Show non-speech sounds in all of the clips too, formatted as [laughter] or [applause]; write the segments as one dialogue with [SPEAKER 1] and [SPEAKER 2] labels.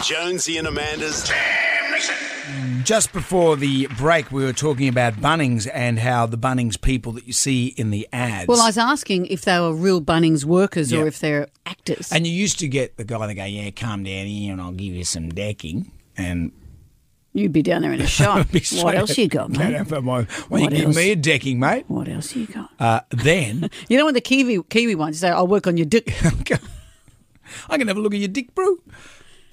[SPEAKER 1] Jonesy and Amanda's
[SPEAKER 2] Just before the break, we were talking about Bunnings and how the Bunnings people that you see in the ads.
[SPEAKER 3] Well, I was asking if they were real Bunnings workers
[SPEAKER 2] Yeah.
[SPEAKER 3] or if they're actors.
[SPEAKER 2] and you used to get the guy that go, "Yeah, come down here and I'll give you some decking." And [laughs]
[SPEAKER 3] You'd be down there in a shop.
[SPEAKER 2] be
[SPEAKER 3] what
[SPEAKER 2] straight-
[SPEAKER 3] else
[SPEAKER 2] [laughs]
[SPEAKER 3] you got,
[SPEAKER 2] Don't
[SPEAKER 3] mate?
[SPEAKER 2] have my- Well, you
[SPEAKER 3] What
[SPEAKER 2] give
[SPEAKER 3] else?
[SPEAKER 2] me a decking, mate.
[SPEAKER 3] What else you got?
[SPEAKER 2] Uh, then [laughs]
[SPEAKER 3] You know when the Kiwi Kiwi ones say, "I'll work on your dick."
[SPEAKER 2] I can have a look at your dick, bro.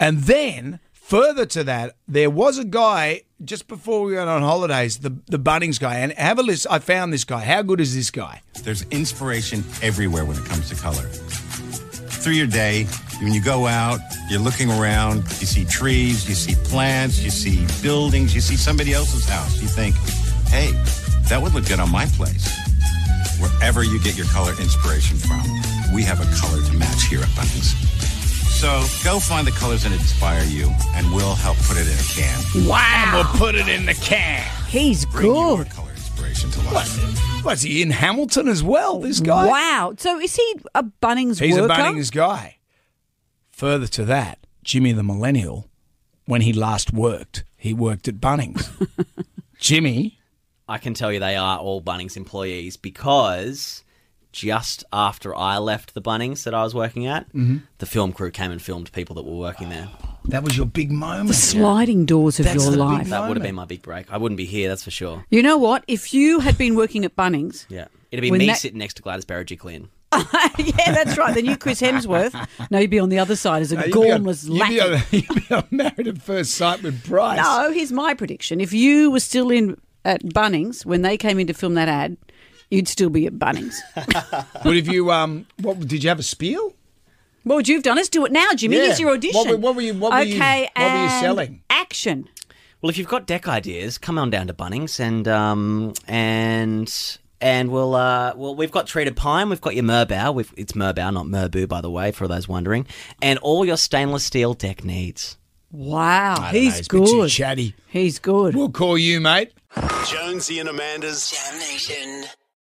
[SPEAKER 2] And then further to that, there was a guy just before we went on holidays, the the Bunnings guy, and have a list. I found this guy. How good is this guy?
[SPEAKER 4] There's inspiration everywhere when it comes to color. Through your day, when you go out, you're looking around, you see trees, you see plants, you see buildings, you see somebody else's house. You think, hey, that would look good on my place. Wherever you get your color inspiration from, we have a color to match here at Bunnings. So go find the colors that inspire you, and we'll help put it in a can.
[SPEAKER 2] Wow! We'll put it in the can.
[SPEAKER 3] He's
[SPEAKER 4] Bring your
[SPEAKER 3] good.
[SPEAKER 4] color inspiration to life.
[SPEAKER 2] Was he in Hamilton as well? This guy.
[SPEAKER 3] Wow. So is he a Bunnings
[SPEAKER 2] He's
[SPEAKER 3] worker?
[SPEAKER 2] a Bunnings guy. Further to that, Jimmy the Millennial, when he last worked, he worked at
[SPEAKER 3] [laughs]
[SPEAKER 2] Bunnings. Jimmy,
[SPEAKER 5] I can tell you they are all Bunnings employees because just after I left the Bunnings that I was working at,
[SPEAKER 3] Mm-hmm.
[SPEAKER 5] the film crew came and filmed people that were working there.
[SPEAKER 2] that was your big moment.
[SPEAKER 3] The sliding doors of
[SPEAKER 2] That's
[SPEAKER 3] your
[SPEAKER 2] the big
[SPEAKER 3] life.
[SPEAKER 2] one.
[SPEAKER 5] That would have
[SPEAKER 2] Blimey.
[SPEAKER 5] been my big break. I wouldn't be here, that's for sure.
[SPEAKER 3] You know what? If you had been working at Bunnings,
[SPEAKER 5] Yeah. It'd be
[SPEAKER 3] When
[SPEAKER 5] me
[SPEAKER 3] that-
[SPEAKER 5] sitting next to Gladys Berejiklian.
[SPEAKER 3] [laughs] yeah, that's right. Then you, Chris
[SPEAKER 2] [laughs]
[SPEAKER 3] Hemsworth. No, you'd be on the other side as a
[SPEAKER 2] You'd be on-
[SPEAKER 3] gormless
[SPEAKER 2] you'd be
[SPEAKER 3] lackey.
[SPEAKER 2] on- [laughs] You'd be on married at first sight with Bryce.
[SPEAKER 3] No, here's my prediction. If you were still in at Bunnings when they came in to film that ad, you'd still be at
[SPEAKER 2] [laughs]
[SPEAKER 3] Bunnings.
[SPEAKER 2] But if you um, what did you have a spiel?
[SPEAKER 3] what would you have done? Let's do it now, Jimmy.
[SPEAKER 2] Yeah.
[SPEAKER 3] Here's your audition.
[SPEAKER 2] What were- what were you- what were you-
[SPEAKER 3] okay,
[SPEAKER 2] what were you
[SPEAKER 3] and
[SPEAKER 2] selling?
[SPEAKER 3] Action.
[SPEAKER 5] Well, if you've got deck ideas, come on down to Bunnings and um and and we'll uh well we've got treated pine, we've got your Merbau, we've, it's Merbau, not Merboo, by the way, for those wondering, and all your stainless steel deck needs.
[SPEAKER 3] Wow, he's
[SPEAKER 2] a bit too
[SPEAKER 3] good.
[SPEAKER 2] chatty.
[SPEAKER 3] He's good.
[SPEAKER 2] We'll call you, mate.
[SPEAKER 1] Jonesy and Amanda's
[SPEAKER 6] Damnation.